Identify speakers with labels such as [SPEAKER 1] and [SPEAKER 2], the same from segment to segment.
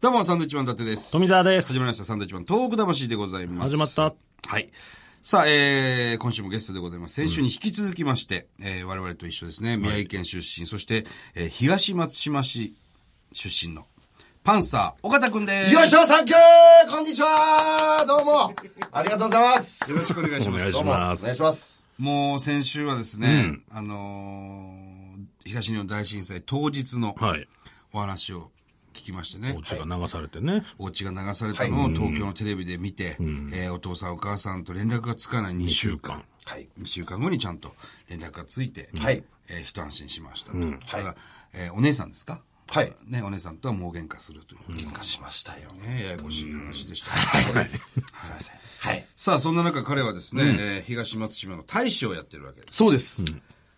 [SPEAKER 1] どうも、サンドウィッチマン伊達です。
[SPEAKER 2] 富澤です
[SPEAKER 1] 始まりました、サンドウィッチマントーク魂でございます。
[SPEAKER 2] 始まった。
[SPEAKER 1] はい。さあ、えー、今週もゲストでございます。先週に引き続きまして、えー、我々と一緒ですね、宮城県出身、そして、えー、東松島市出身の、パンサー、岡田くんです。
[SPEAKER 3] よいしょ、サンキューこんにちはどうもありがとうございます
[SPEAKER 1] よろしくお願いします
[SPEAKER 2] お願い。
[SPEAKER 3] どう
[SPEAKER 2] し
[SPEAKER 3] もお
[SPEAKER 2] ます
[SPEAKER 3] 願いします。
[SPEAKER 1] もう先週はですね、あのー東日本大震災当日の
[SPEAKER 2] はい。
[SPEAKER 1] お話を聞きましてね。
[SPEAKER 2] お家が流されてね。
[SPEAKER 1] お家が流されたのを東京のテレビで見て、えーお父さんお母さんと連絡がつかない2週間。
[SPEAKER 3] はい。
[SPEAKER 1] 2週間後にちゃんと連絡がついて、
[SPEAKER 3] はい
[SPEAKER 1] えー一安心しましたと。ただえーお姉さんですか
[SPEAKER 3] はい
[SPEAKER 1] ね、お姉さんとはもう喧嘩するという。
[SPEAKER 3] 喧嘩しましたよ。
[SPEAKER 1] ね、ややこしい話でした。
[SPEAKER 3] すいません。はい。
[SPEAKER 1] さあ、そんな中彼はですね、えー東松島の大使をやってるわけです。
[SPEAKER 3] そうです。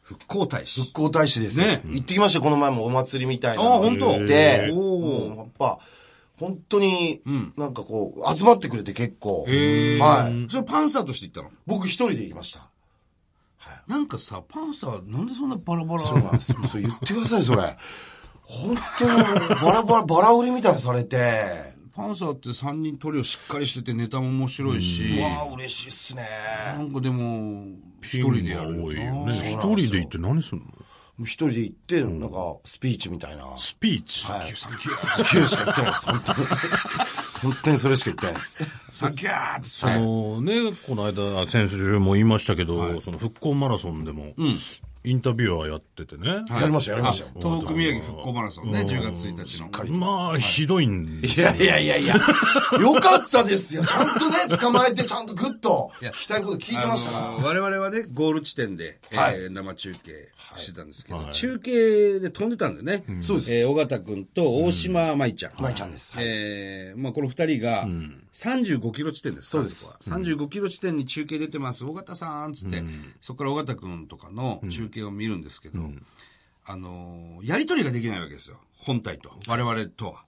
[SPEAKER 1] 復興大使。
[SPEAKER 3] 復興大使ですよ。
[SPEAKER 1] ね
[SPEAKER 3] 行ってきましたよこの前もお祭りみたいな。
[SPEAKER 1] あ本当
[SPEAKER 3] で、
[SPEAKER 1] おー
[SPEAKER 3] もうやっぱ、本当に、なんかこう、集まってくれて結構。はい。
[SPEAKER 1] それパンサーとして行ったの
[SPEAKER 3] 僕一人で行きました。
[SPEAKER 1] なんかさ、パンサーなんでそんなバラバラ
[SPEAKER 3] そうなんで すよ。それ言ってください、それ。本当に、バラバラ、バラ売りみたいにされて。
[SPEAKER 1] パンサーって3人トリオしっかりしててネタも面白いし、
[SPEAKER 3] うわあ嬉しいっすね。
[SPEAKER 1] なんかでも、一人でやる
[SPEAKER 2] 多い
[SPEAKER 1] よ
[SPEAKER 2] よ
[SPEAKER 1] な
[SPEAKER 2] ね。一人で行って何すんの
[SPEAKER 3] 一人で行って、なんか、スピーチみたいな。
[SPEAKER 2] スピーチ。
[SPEAKER 3] はい。9しか言ってないです、本当に。本当にそれしか言ってないです。
[SPEAKER 1] さっきゃーって
[SPEAKER 2] そのね、この間、先週も言いましたけど、その復興マラソンでも、インタビュアーやっててね。
[SPEAKER 3] やりましたよ、やりましたよ。
[SPEAKER 1] 東北宮城復興マラソンね、10月1日の。
[SPEAKER 2] まあ、ひどいんで
[SPEAKER 3] いやいやいやいや、よかったですよ。ちゃんとね、捕まえて、ちゃんとグッと、聞きたいこと聞いてました
[SPEAKER 1] あ
[SPEAKER 3] か
[SPEAKER 1] の我々はね、ゴール地点で、えー
[SPEAKER 3] はい
[SPEAKER 1] 生中継してたんですけど、
[SPEAKER 2] はい
[SPEAKER 1] 中継で飛んでたんだよね。
[SPEAKER 3] そうです
[SPEAKER 1] えー、尾形くんと大島舞ちゃん。
[SPEAKER 3] ら。まいちゃんです。はい
[SPEAKER 1] えーまあ、この二人が、35キロ地点です。
[SPEAKER 3] そうです
[SPEAKER 1] 最後は35キロ地点に中継出てます、尾形さん、つって、そこから尾形くんとかの中継を見るんですけど、あのーやりとりができないわけですよ。本体と。我々とは。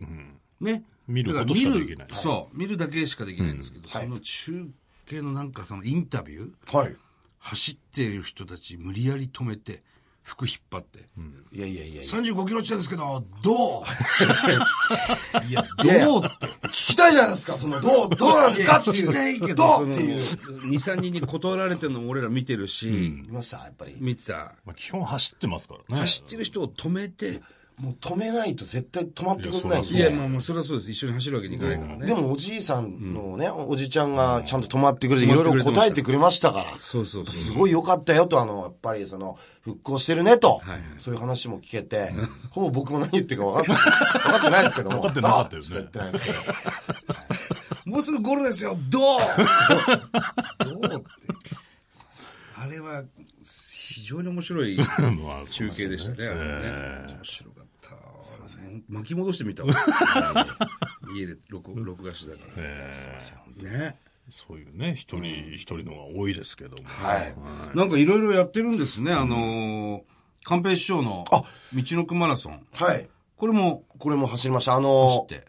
[SPEAKER 1] ね。
[SPEAKER 2] 見る
[SPEAKER 1] だ
[SPEAKER 2] ことしかできない
[SPEAKER 1] 見るそう。見るだけしかできないんですけど、その中継のなんかそのインタビュー、
[SPEAKER 3] はい。
[SPEAKER 1] 走っている人たち無理やり止めて、服引っ張って、
[SPEAKER 3] いやいやいやいや。
[SPEAKER 1] 35キロ地点ですけど、どういや、
[SPEAKER 3] や
[SPEAKER 1] どうって。
[SPEAKER 3] 聞きたいじゃないですか、その、どう、どうなんですかってい
[SPEAKER 1] 聞
[SPEAKER 3] う。
[SPEAKER 1] きたいけど、
[SPEAKER 3] ど
[SPEAKER 1] そうの
[SPEAKER 3] っていう。
[SPEAKER 1] 2、3人に断られてるのも俺ら見てるし、
[SPEAKER 3] 見ましたやっぱり。
[SPEAKER 1] 見てた。
[SPEAKER 2] まあ、基本走ってますからね。
[SPEAKER 1] 走ってる人を止めて、
[SPEAKER 3] もう止めないと絶対止まってくれないんで
[SPEAKER 1] いや、まあまあ、それはそうです。一緒に走るわけにいかないからね。
[SPEAKER 3] でもおじいさんのね、おじちゃんがちゃんと止まってくれて、いろいろ答えてくれましたから。
[SPEAKER 1] そうそうそう
[SPEAKER 3] すごい良かったよと、あの、やっぱりその、復興してるねと、そういう話も聞けて、ほぼ僕も何言ってるか分かって、分かってないですけども。分
[SPEAKER 2] かってなかったよね
[SPEAKER 3] 言ってないですけど。
[SPEAKER 1] もうすぐゴールですよどうどうって。あれは、非常に面白い
[SPEAKER 2] まあ
[SPEAKER 1] 中継でしたね。あれね面白かった。すいません。巻き戻してみたわ家で録録画してたから。ね。
[SPEAKER 2] そういうね、一人一人のが多いですけども。
[SPEAKER 3] はい。
[SPEAKER 1] なんかいろいろやってるんですね。あのー、寛平師匠の、道
[SPEAKER 3] あ
[SPEAKER 1] のくマラソン。
[SPEAKER 3] はい。
[SPEAKER 1] これも、
[SPEAKER 3] これも走りました。あ
[SPEAKER 1] 知っ
[SPEAKER 3] の、
[SPEAKER 1] て。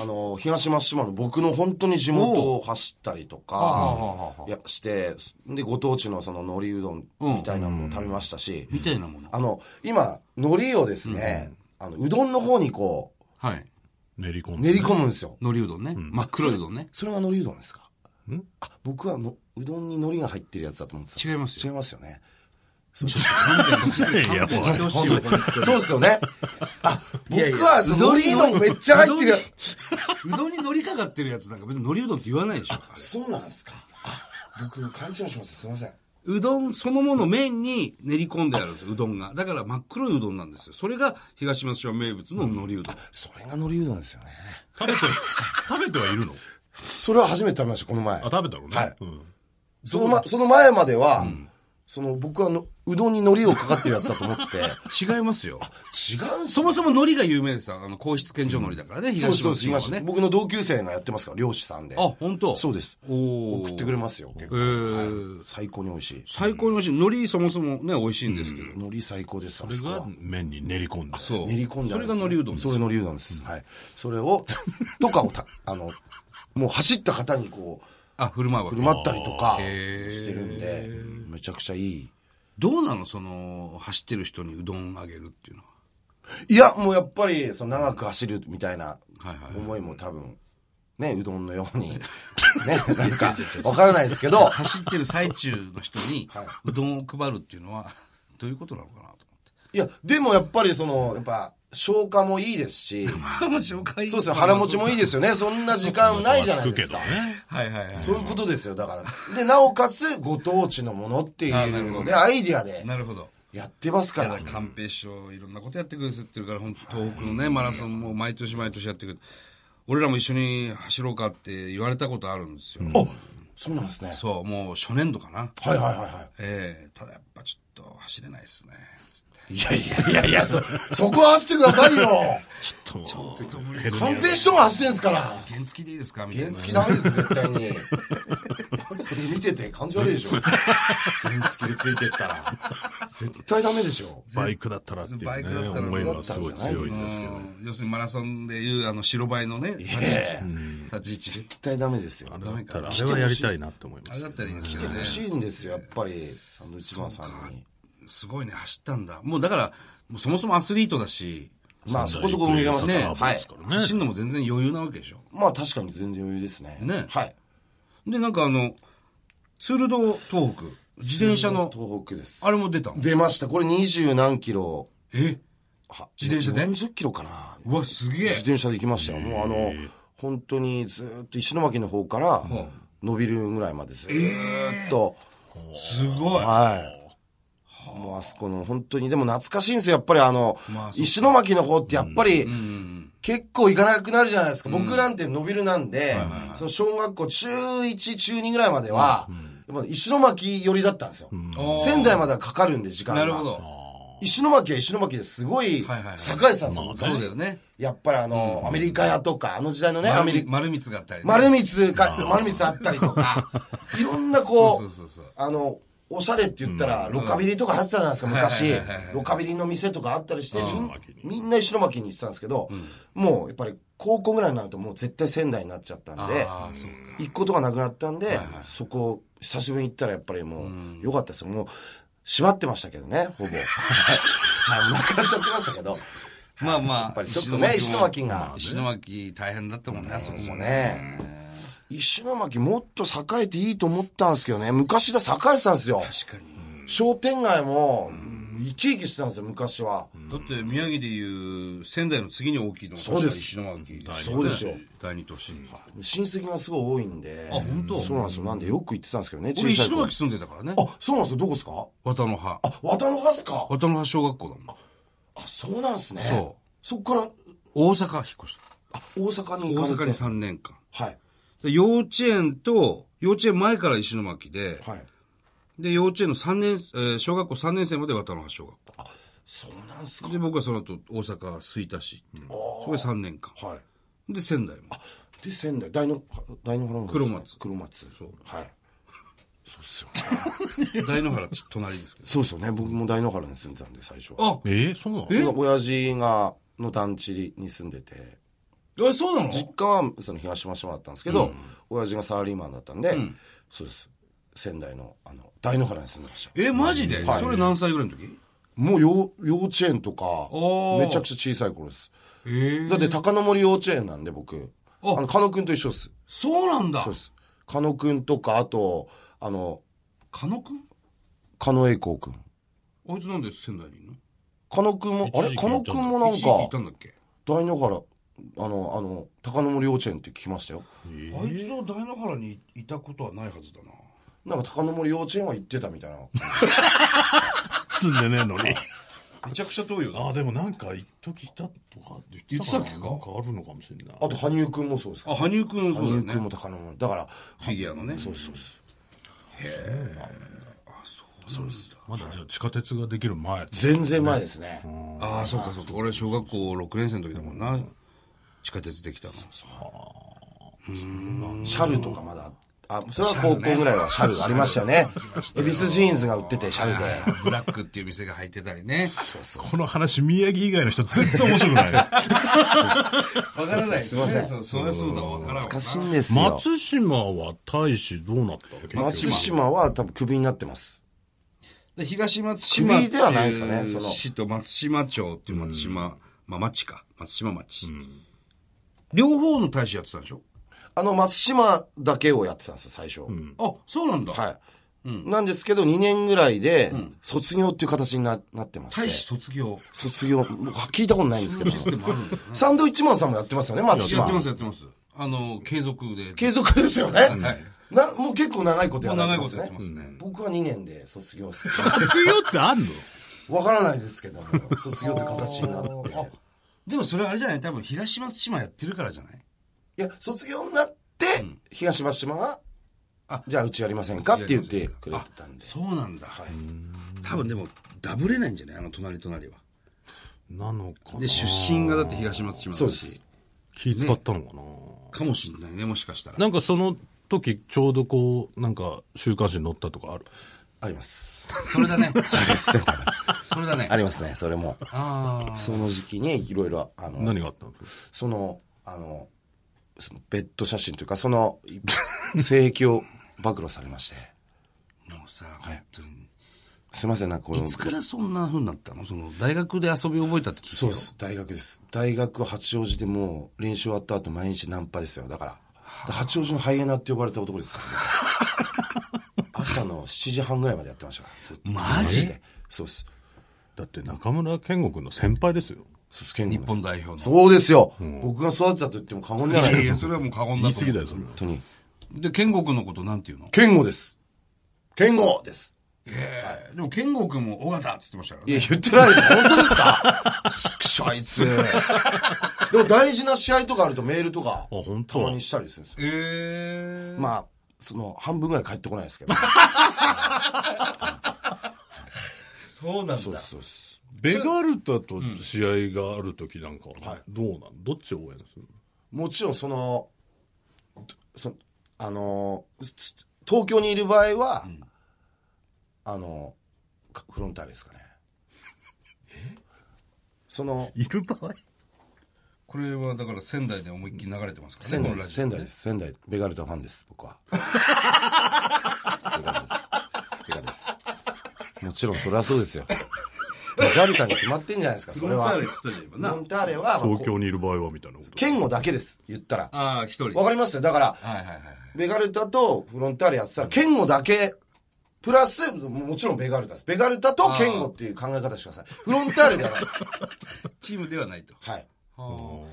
[SPEAKER 3] あの、東松島の僕の本当に地元を走ったりとか、いやして、で、ご当地のその海苔うどんみたいなのも食べましたし、
[SPEAKER 1] みたいなもの。
[SPEAKER 3] あの、今、海苔をですね、あの、うどんの方にこう、
[SPEAKER 1] はい。
[SPEAKER 2] 練り込んで。
[SPEAKER 3] 練り込むんですよ。
[SPEAKER 1] 海苔うどんね。真っ黒いうんね。
[SPEAKER 3] それは海苔うどんですか
[SPEAKER 2] ん
[SPEAKER 3] あ、僕はの、うどんに海苔が入ってるやつだと思ってたんで
[SPEAKER 1] 違いますよ
[SPEAKER 3] 違いますよね。
[SPEAKER 2] いや、もう
[SPEAKER 3] そうですよね。あ、僕は、その海苔うどんめっちゃ入ってるやつ。
[SPEAKER 1] うどんに海苔かかってるやつなんか別に海苔うどんって言わないでしょ。
[SPEAKER 3] そうなんですか。あ、僕、勘違いします。すいません。
[SPEAKER 1] うどんそのもの麺に練り込んであるんですよ、うどんが。だから真っ黒いうどんなんですよ。それが東松島名物の海苔うどん。
[SPEAKER 3] それが海苔うどんですよね。
[SPEAKER 2] 食べて、食べてはいるの
[SPEAKER 3] それは初めて食べました、この前
[SPEAKER 2] あ、。食べたのね。
[SPEAKER 3] はい
[SPEAKER 2] うん
[SPEAKER 3] そのま、その前までは、その、僕はの、うどんに海苔をかかってるやつだと思ってて、
[SPEAKER 1] 違いますよ。
[SPEAKER 3] 違うんす
[SPEAKER 1] そもそも海苔が有名ですよ。あの、皇室献上海苔だからね、
[SPEAKER 3] そう
[SPEAKER 1] 東
[SPEAKER 3] そう
[SPEAKER 1] 松
[SPEAKER 3] そう
[SPEAKER 1] 島は
[SPEAKER 3] 東
[SPEAKER 1] ね。
[SPEAKER 3] 僕の同級生がやってますから、漁師さんで。
[SPEAKER 1] あ、本当
[SPEAKER 3] そうです。
[SPEAKER 1] おー
[SPEAKER 3] 送ってくれますよ、結構。
[SPEAKER 1] えー
[SPEAKER 3] 最高に美味しい。
[SPEAKER 1] 最高に美味しい。海苔そもそもね、美味しいんですけど。
[SPEAKER 3] 海苔最高です、あそ
[SPEAKER 2] そ
[SPEAKER 3] こ
[SPEAKER 2] れ
[SPEAKER 3] は
[SPEAKER 2] が。麺に練り込んで。
[SPEAKER 1] そう。
[SPEAKER 3] 練り込んであ
[SPEAKER 1] そ
[SPEAKER 3] る
[SPEAKER 1] れが
[SPEAKER 3] んですね
[SPEAKER 1] 海苔うどんです
[SPEAKER 3] それ海苔うどんです。はい。それを、とかをた、 あの、もう走った方にこう、
[SPEAKER 1] あ、振る舞うわ
[SPEAKER 3] 振
[SPEAKER 1] け
[SPEAKER 3] る舞ったりとか、
[SPEAKER 1] へー
[SPEAKER 3] してるんで、めちゃくちゃいい。
[SPEAKER 1] どうなのその、走ってる人にうどんあげるっていうのは。
[SPEAKER 3] いや、もうやっぱり、その長く走るみたいな
[SPEAKER 1] はいはい
[SPEAKER 3] 思いも多分、ね、うどんのよ うに、ね、なんか、わからないですけど、
[SPEAKER 1] 走ってる最中の人 に
[SPEAKER 3] はいう
[SPEAKER 1] どんを配るっていうのはどういうことなのかなと
[SPEAKER 3] いや、でもやっぱりその、やっぱ、消化もいいですし、
[SPEAKER 1] 思って。そうで
[SPEAKER 3] そうですね、腹持ちもいいですよね。そんな時間ないじゃない
[SPEAKER 2] つく
[SPEAKER 3] で
[SPEAKER 2] け
[SPEAKER 3] す
[SPEAKER 2] ど
[SPEAKER 3] か。
[SPEAKER 2] ね。
[SPEAKER 1] はいはいはい。
[SPEAKER 3] そういうことですよ、だから。で、なおかつ、ご当地のものっていうので、アイディアで
[SPEAKER 1] なるほど。
[SPEAKER 3] やってますから。
[SPEAKER 1] 寛平師匠いろんなことやってくれてるから、本当東北のね、マラソンも毎年毎年やってくれて、俺らも一緒に走ろうかって言われたことあるんですよ。
[SPEAKER 3] あ、そうなんですね。
[SPEAKER 1] そう、もう初年度かな。
[SPEAKER 3] はいはいはいは
[SPEAKER 1] ええただやっぱちょっと走れないですね。つって
[SPEAKER 3] い。いやいやいやいや、そ、そこは走ってくださいよ。
[SPEAKER 2] ちょっと、
[SPEAKER 3] 寛平師匠が走ってんですから。
[SPEAKER 1] 原付きでいいですかみたいな。
[SPEAKER 3] 原付ダメです、絶対に。見てて感じ悪いでしょ。原付でついてったら。絶対ダメでしょ。
[SPEAKER 2] バイクだったらっていう
[SPEAKER 1] バイクだ
[SPEAKER 2] ね、
[SPEAKER 1] ったら
[SPEAKER 2] 思いはすごい強いですけど。
[SPEAKER 1] うん要するにマラソンでいう、あの、白バイのね、立ち位置立ち位置で。
[SPEAKER 3] 絶対ダメですよ。
[SPEAKER 1] ダメ
[SPEAKER 2] た
[SPEAKER 1] か。
[SPEAKER 2] だ
[SPEAKER 1] あ
[SPEAKER 2] あれはやりたいなって思いま
[SPEAKER 1] れ
[SPEAKER 2] す
[SPEAKER 1] だったらいいんですけどね
[SPEAKER 3] 欲。しいんですよ、やっぱり、サンドウィッチマンさんに。
[SPEAKER 1] すごいね、走ったんだ。もうだから、もうそもそもアスリートだし、
[SPEAKER 3] まあ、そこそこ見れますね。
[SPEAKER 1] ね
[SPEAKER 3] はい。
[SPEAKER 2] ね
[SPEAKER 1] 走るのも全然余裕なわけでしょ。
[SPEAKER 3] まあ、確かに全然余裕ですね。
[SPEAKER 1] ね
[SPEAKER 3] はい。
[SPEAKER 1] で、なんかあの、ツールド東北、自転車の、
[SPEAKER 3] 東北です。
[SPEAKER 1] あれも出たの
[SPEAKER 3] 出ました。これ二十何キロ。
[SPEAKER 1] え
[SPEAKER 3] は
[SPEAKER 1] 自転車で
[SPEAKER 3] ?40 キロかな。
[SPEAKER 1] うわ、すげえ
[SPEAKER 3] 自転車で行きましたよ。もうあの、本当にずーっと石巻の方から、伸びるぐらいまでずーっと、
[SPEAKER 1] すごい
[SPEAKER 3] はい。もうあそこの、本当に、でも懐かしいんですよ、やっぱりあの、
[SPEAKER 1] まあそうか
[SPEAKER 3] 石巻の方ってやっぱり、結構行かなくなるじゃないですか。僕なんて伸びるなんで、その小学校中1、中2ぐらいまでは、やっぱ石巻寄りだったんですよ。
[SPEAKER 1] あー
[SPEAKER 3] 仙台まではかかるんで、時間が。
[SPEAKER 1] なるほど。
[SPEAKER 3] 石巻は石巻ですごい栄えて
[SPEAKER 1] はいはい
[SPEAKER 3] たんですよ。
[SPEAKER 1] そうだよね。
[SPEAKER 3] やっぱりあの、アメリカ屋とか、あの時代のね、アメリカ、
[SPEAKER 1] 丸光があったりね。
[SPEAKER 3] 丸光か、 丸光あったりと か、いろんなこ
[SPEAKER 1] そう
[SPEAKER 3] う
[SPEAKER 1] そうそうそう、
[SPEAKER 3] あの、おしゃれって言ったら、ロカビリーとか流行ってたじゃないですか、昔
[SPEAKER 1] はいはいはいは。い
[SPEAKER 3] ロカビリーの店とかあったりして、みん
[SPEAKER 2] 巻に
[SPEAKER 3] みんな石巻に行ってたんですけど、もうやっぱり高校ぐらいになるともう絶対仙台になっちゃったんで、
[SPEAKER 1] ああ、そうか。
[SPEAKER 3] 行くことがなくなったんで、そこ、久しぶりに行ったらやっぱりもう、良かったですよ。もう、閉まってましたけどね、ほぼ。 はい。なくなっちゃってましたけど。
[SPEAKER 1] まあまあ、や
[SPEAKER 3] っぱりちょっとね石巻が
[SPEAKER 1] 石巻大変だったもんね、あそこもね。
[SPEAKER 3] ね石巻もっと栄えていいと思ったんですけどね。昔だ栄えてたんですよ。
[SPEAKER 1] 確かに。
[SPEAKER 3] 商店街も、生き生きしてたんですよ、昔は。
[SPEAKER 1] だって宮城でいう仙台の次に大きいのが
[SPEAKER 3] そうです
[SPEAKER 1] 石巻。
[SPEAKER 3] そうですよ
[SPEAKER 1] 第二都市。
[SPEAKER 3] 親戚がすごい多いんで。
[SPEAKER 1] あ本当
[SPEAKER 3] そうなんですよ。なんでよく行ってたんですけどね、
[SPEAKER 1] 俺
[SPEAKER 3] 小さい
[SPEAKER 1] 石
[SPEAKER 3] 頃
[SPEAKER 1] 巻住んでたからね。
[SPEAKER 3] あ、そうなんですよ。どこですか
[SPEAKER 1] 綿の葉。
[SPEAKER 3] あ、綿の葉っすか
[SPEAKER 1] 綿の葉小学校だもん。
[SPEAKER 3] あ、そうなんですね。。
[SPEAKER 1] そう
[SPEAKER 3] そっから、
[SPEAKER 1] 大阪引っ越した。
[SPEAKER 3] あ、大阪に行
[SPEAKER 1] 大
[SPEAKER 3] かれて。
[SPEAKER 1] 阪に3年間。
[SPEAKER 3] はい。
[SPEAKER 1] で幼稚園と、幼稚園前から石巻で、
[SPEAKER 3] はい。
[SPEAKER 1] で、幼稚園の3年、えー小学校3年生まで渡の橋小学校。
[SPEAKER 3] そうなんですか
[SPEAKER 1] で、僕はその後大阪吹田市っていう。そこで3年間。
[SPEAKER 3] は
[SPEAKER 1] で、仙台も。
[SPEAKER 3] い。で、仙台、大の、大の原の方ですね
[SPEAKER 1] 黒松
[SPEAKER 3] 黒松。
[SPEAKER 1] そう
[SPEAKER 3] はい。そうっすよ。
[SPEAKER 1] 大野原ち、隣ですけど。
[SPEAKER 3] そうですよね。僕も大野原に住んでたんで、最初は。
[SPEAKER 1] あ、
[SPEAKER 2] えーそうなの
[SPEAKER 3] その親父が、の団地に住んでて、
[SPEAKER 1] え、そうなの
[SPEAKER 3] 実家はその東松島だったんですけど、親父がサラリーマンだったんで、そうです。仙台の、あの、大野原に住んでました。
[SPEAKER 1] え、マジで、
[SPEAKER 3] はい
[SPEAKER 1] それ何歳ぐらいの時
[SPEAKER 3] もう幼幼稚園とか、
[SPEAKER 1] おー
[SPEAKER 3] めちゃくちゃ小さい頃です。
[SPEAKER 1] え
[SPEAKER 3] だって高野森幼稚園なんで僕、あの、狩野くんと一緒です。
[SPEAKER 1] そうなんだ
[SPEAKER 3] そうです。狩野くんとか、あと、あの、
[SPEAKER 1] 狩野くん
[SPEAKER 3] 狩野英孝くん。
[SPEAKER 1] あいつなんで仙台にいるの
[SPEAKER 3] 狩野くんも、あれ
[SPEAKER 2] 一時期
[SPEAKER 3] 狩野くんもなん
[SPEAKER 1] 一時期いた
[SPEAKER 3] か、
[SPEAKER 1] んだっけ
[SPEAKER 3] 大野原、あの、あの、高野森幼稚園って聞きましたよ。
[SPEAKER 1] あいつの大野原にいたことはないはずだな。
[SPEAKER 3] なんか高野森幼稚園は行ってたみたいな。
[SPEAKER 2] 住んでねえの に。
[SPEAKER 1] めちゃくちゃ遠いよな。
[SPEAKER 2] あ、でもなんか、一時いたとかって言ってたかな
[SPEAKER 1] 言ってたっけか
[SPEAKER 2] なんかあるのかもしれない。
[SPEAKER 3] あと、羽生くんもそうですか
[SPEAKER 1] あ、。羽生くん、そうだ
[SPEAKER 3] 羽
[SPEAKER 1] よ
[SPEAKER 3] 生
[SPEAKER 1] ね
[SPEAKER 3] くん。も高野森。だから、
[SPEAKER 1] フィギュアのね。
[SPEAKER 3] そうです、そうです。
[SPEAKER 1] そうです。
[SPEAKER 2] まだじゃあ地下鉄ができる前。
[SPEAKER 3] 全然前ですね。
[SPEAKER 1] ああ、そうかそうか。俺、小学校6年生の時だもんな。地下鉄できたの。
[SPEAKER 3] シャルとかまだ、あ、それは高校ぐらいはシャルありましたよね。エビスジーンズが売ってて、シャルで。
[SPEAKER 1] ブラックっていう店が入ってたり ね。
[SPEAKER 2] この話、宮城以外の人全然面白く ない。
[SPEAKER 1] わからない。すいません。そう、そりゃそうだわ。わからんわ
[SPEAKER 3] 難しいんですよ。
[SPEAKER 2] 松島は大使どうなったわけ
[SPEAKER 3] 松島は多分クビになってます。
[SPEAKER 1] で東松島って
[SPEAKER 3] 区切りではないんですかね
[SPEAKER 1] いう
[SPEAKER 3] その
[SPEAKER 1] 市と松島町っていう松島、まあ町か。松島町。両方の大使やってたんでしょ
[SPEAKER 3] あの、松島だけをやってたんですよ、最初。
[SPEAKER 1] あ、そうなんだ。
[SPEAKER 3] はい、なんですけど、2年ぐらいで、卒業っていう形にななってまして。
[SPEAKER 1] 大使卒業。
[SPEAKER 3] 卒業、僕は聞いたことないんですけど
[SPEAKER 1] シ。ステムあるんだね。
[SPEAKER 3] サンドウィッチマンさんもやってますよね、松
[SPEAKER 1] やってま
[SPEAKER 3] 島。
[SPEAKER 1] す、やってます。あの、継続で。
[SPEAKER 3] 継続ですよね。
[SPEAKER 1] はい
[SPEAKER 3] なもう結構長いことやられてます
[SPEAKER 1] もう長い
[SPEAKER 3] ね
[SPEAKER 1] ことやってますね。
[SPEAKER 3] 僕は2年で卒業して、
[SPEAKER 2] 必要ってあんの
[SPEAKER 3] わからないですけ ども、卒業って形になって。
[SPEAKER 1] でもそれあれじゃない多分東松島やってるからじゃない
[SPEAKER 3] いや、卒業になって、東松島が、
[SPEAKER 1] あ
[SPEAKER 3] じゃあうちやりませんかって言ってくれてたんで
[SPEAKER 1] あ。そうなんだ。多分でも、ダブれないんじゃないあの、隣隣は。
[SPEAKER 2] なのかな
[SPEAKER 1] で、出身がだって東松島だし。
[SPEAKER 3] そうです。
[SPEAKER 2] 気使ったのかな、
[SPEAKER 1] かもしんないね、もしかしたら。
[SPEAKER 2] なんかその時、ちょうどこう、なんか週刊誌に載ったとかある
[SPEAKER 3] あります。
[SPEAKER 1] それだね。それだね。
[SPEAKER 3] ありますね、それも。
[SPEAKER 1] ああ。
[SPEAKER 3] その時期にいろいろ、あの、
[SPEAKER 2] 何があったの
[SPEAKER 3] その、あの、そのベッド写真というか、その、性癖を暴露されまして。
[SPEAKER 1] もうさ、本当に。
[SPEAKER 3] すいません、なんかこの
[SPEAKER 1] いつからそんな風になったのその、大学で遊び覚えたって聞いて
[SPEAKER 3] そうです。大学です。大学八王子でもう練習終わった後毎日ナンパですよ。だから。八王子のハイエナって呼ばれた男ですから、ね、 朝の7時半ぐらいまでやってましたからずっと。
[SPEAKER 1] マジ
[SPEAKER 3] でそうです。
[SPEAKER 2] だって中村健吾君の先輩ですよ。
[SPEAKER 3] 卒検
[SPEAKER 1] 日
[SPEAKER 3] 日
[SPEAKER 1] 本代表の。
[SPEAKER 3] そうですよ、僕が育てたと言っても過言
[SPEAKER 1] い
[SPEAKER 3] ではない
[SPEAKER 1] やい
[SPEAKER 3] です。
[SPEAKER 1] や、
[SPEAKER 3] 本
[SPEAKER 1] それはもう過言だ
[SPEAKER 2] 言い
[SPEAKER 1] と思
[SPEAKER 2] 過ぎ
[SPEAKER 1] う。
[SPEAKER 2] だよ、それ。
[SPEAKER 3] 当に。
[SPEAKER 1] で、健吾君のことなんていうの
[SPEAKER 3] 健吾です。健吾です。
[SPEAKER 1] ええでも、健吾君も、尾形っつってましたから
[SPEAKER 3] い
[SPEAKER 1] ね。
[SPEAKER 3] や、 言ってないです。本当ですかちくしょうあいつ。でも大事な試合とかあるとメールとか、
[SPEAKER 2] 本当
[SPEAKER 3] たまにしたりするんですよ。
[SPEAKER 1] ええ
[SPEAKER 3] まあ、その、半分ぐらい帰ってこないですけど。
[SPEAKER 1] そうなん
[SPEAKER 3] そう
[SPEAKER 1] だ。
[SPEAKER 3] そうそう。
[SPEAKER 2] ベガルタと試合がある時なんかは、どうなんどっちを応援する
[SPEAKER 3] もちろんその、そあのー、つ東京にいる場合は、あのー、かフロンターレですかね。その、
[SPEAKER 2] いる場合
[SPEAKER 1] これはだから仙台で思いっきり流れてますからね。
[SPEAKER 3] 仙台
[SPEAKER 1] この
[SPEAKER 3] で
[SPEAKER 1] ラ
[SPEAKER 3] す。
[SPEAKER 1] ジオ
[SPEAKER 3] 仙台です。仙台、ベガルタファンです、 僕は。ベガルタです。ベガルタです。もちろん、それはそうですよ。ベガルタに決まってんじゃないですか、それは。
[SPEAKER 1] フロン
[SPEAKER 3] フ
[SPEAKER 1] ターレっつったじゃん、今な
[SPEAKER 3] ロ。ンターレは、まあ
[SPEAKER 2] 東
[SPEAKER 3] こ
[SPEAKER 2] 京にいる場合はみたいなこと。
[SPEAKER 3] 健吾だけです、言ったら。
[SPEAKER 1] ああ、一人。
[SPEAKER 3] わ
[SPEAKER 1] はい
[SPEAKER 3] かりますだから、
[SPEAKER 1] はいはい。
[SPEAKER 3] ベガルタとフロンターレやってたら、剣吾だけ、プラス、ももちろんベガルタです。ベガルタと剣吾っていう考え方してください。フロンターレではないです。
[SPEAKER 1] チームではないと。
[SPEAKER 3] はい。
[SPEAKER 1] は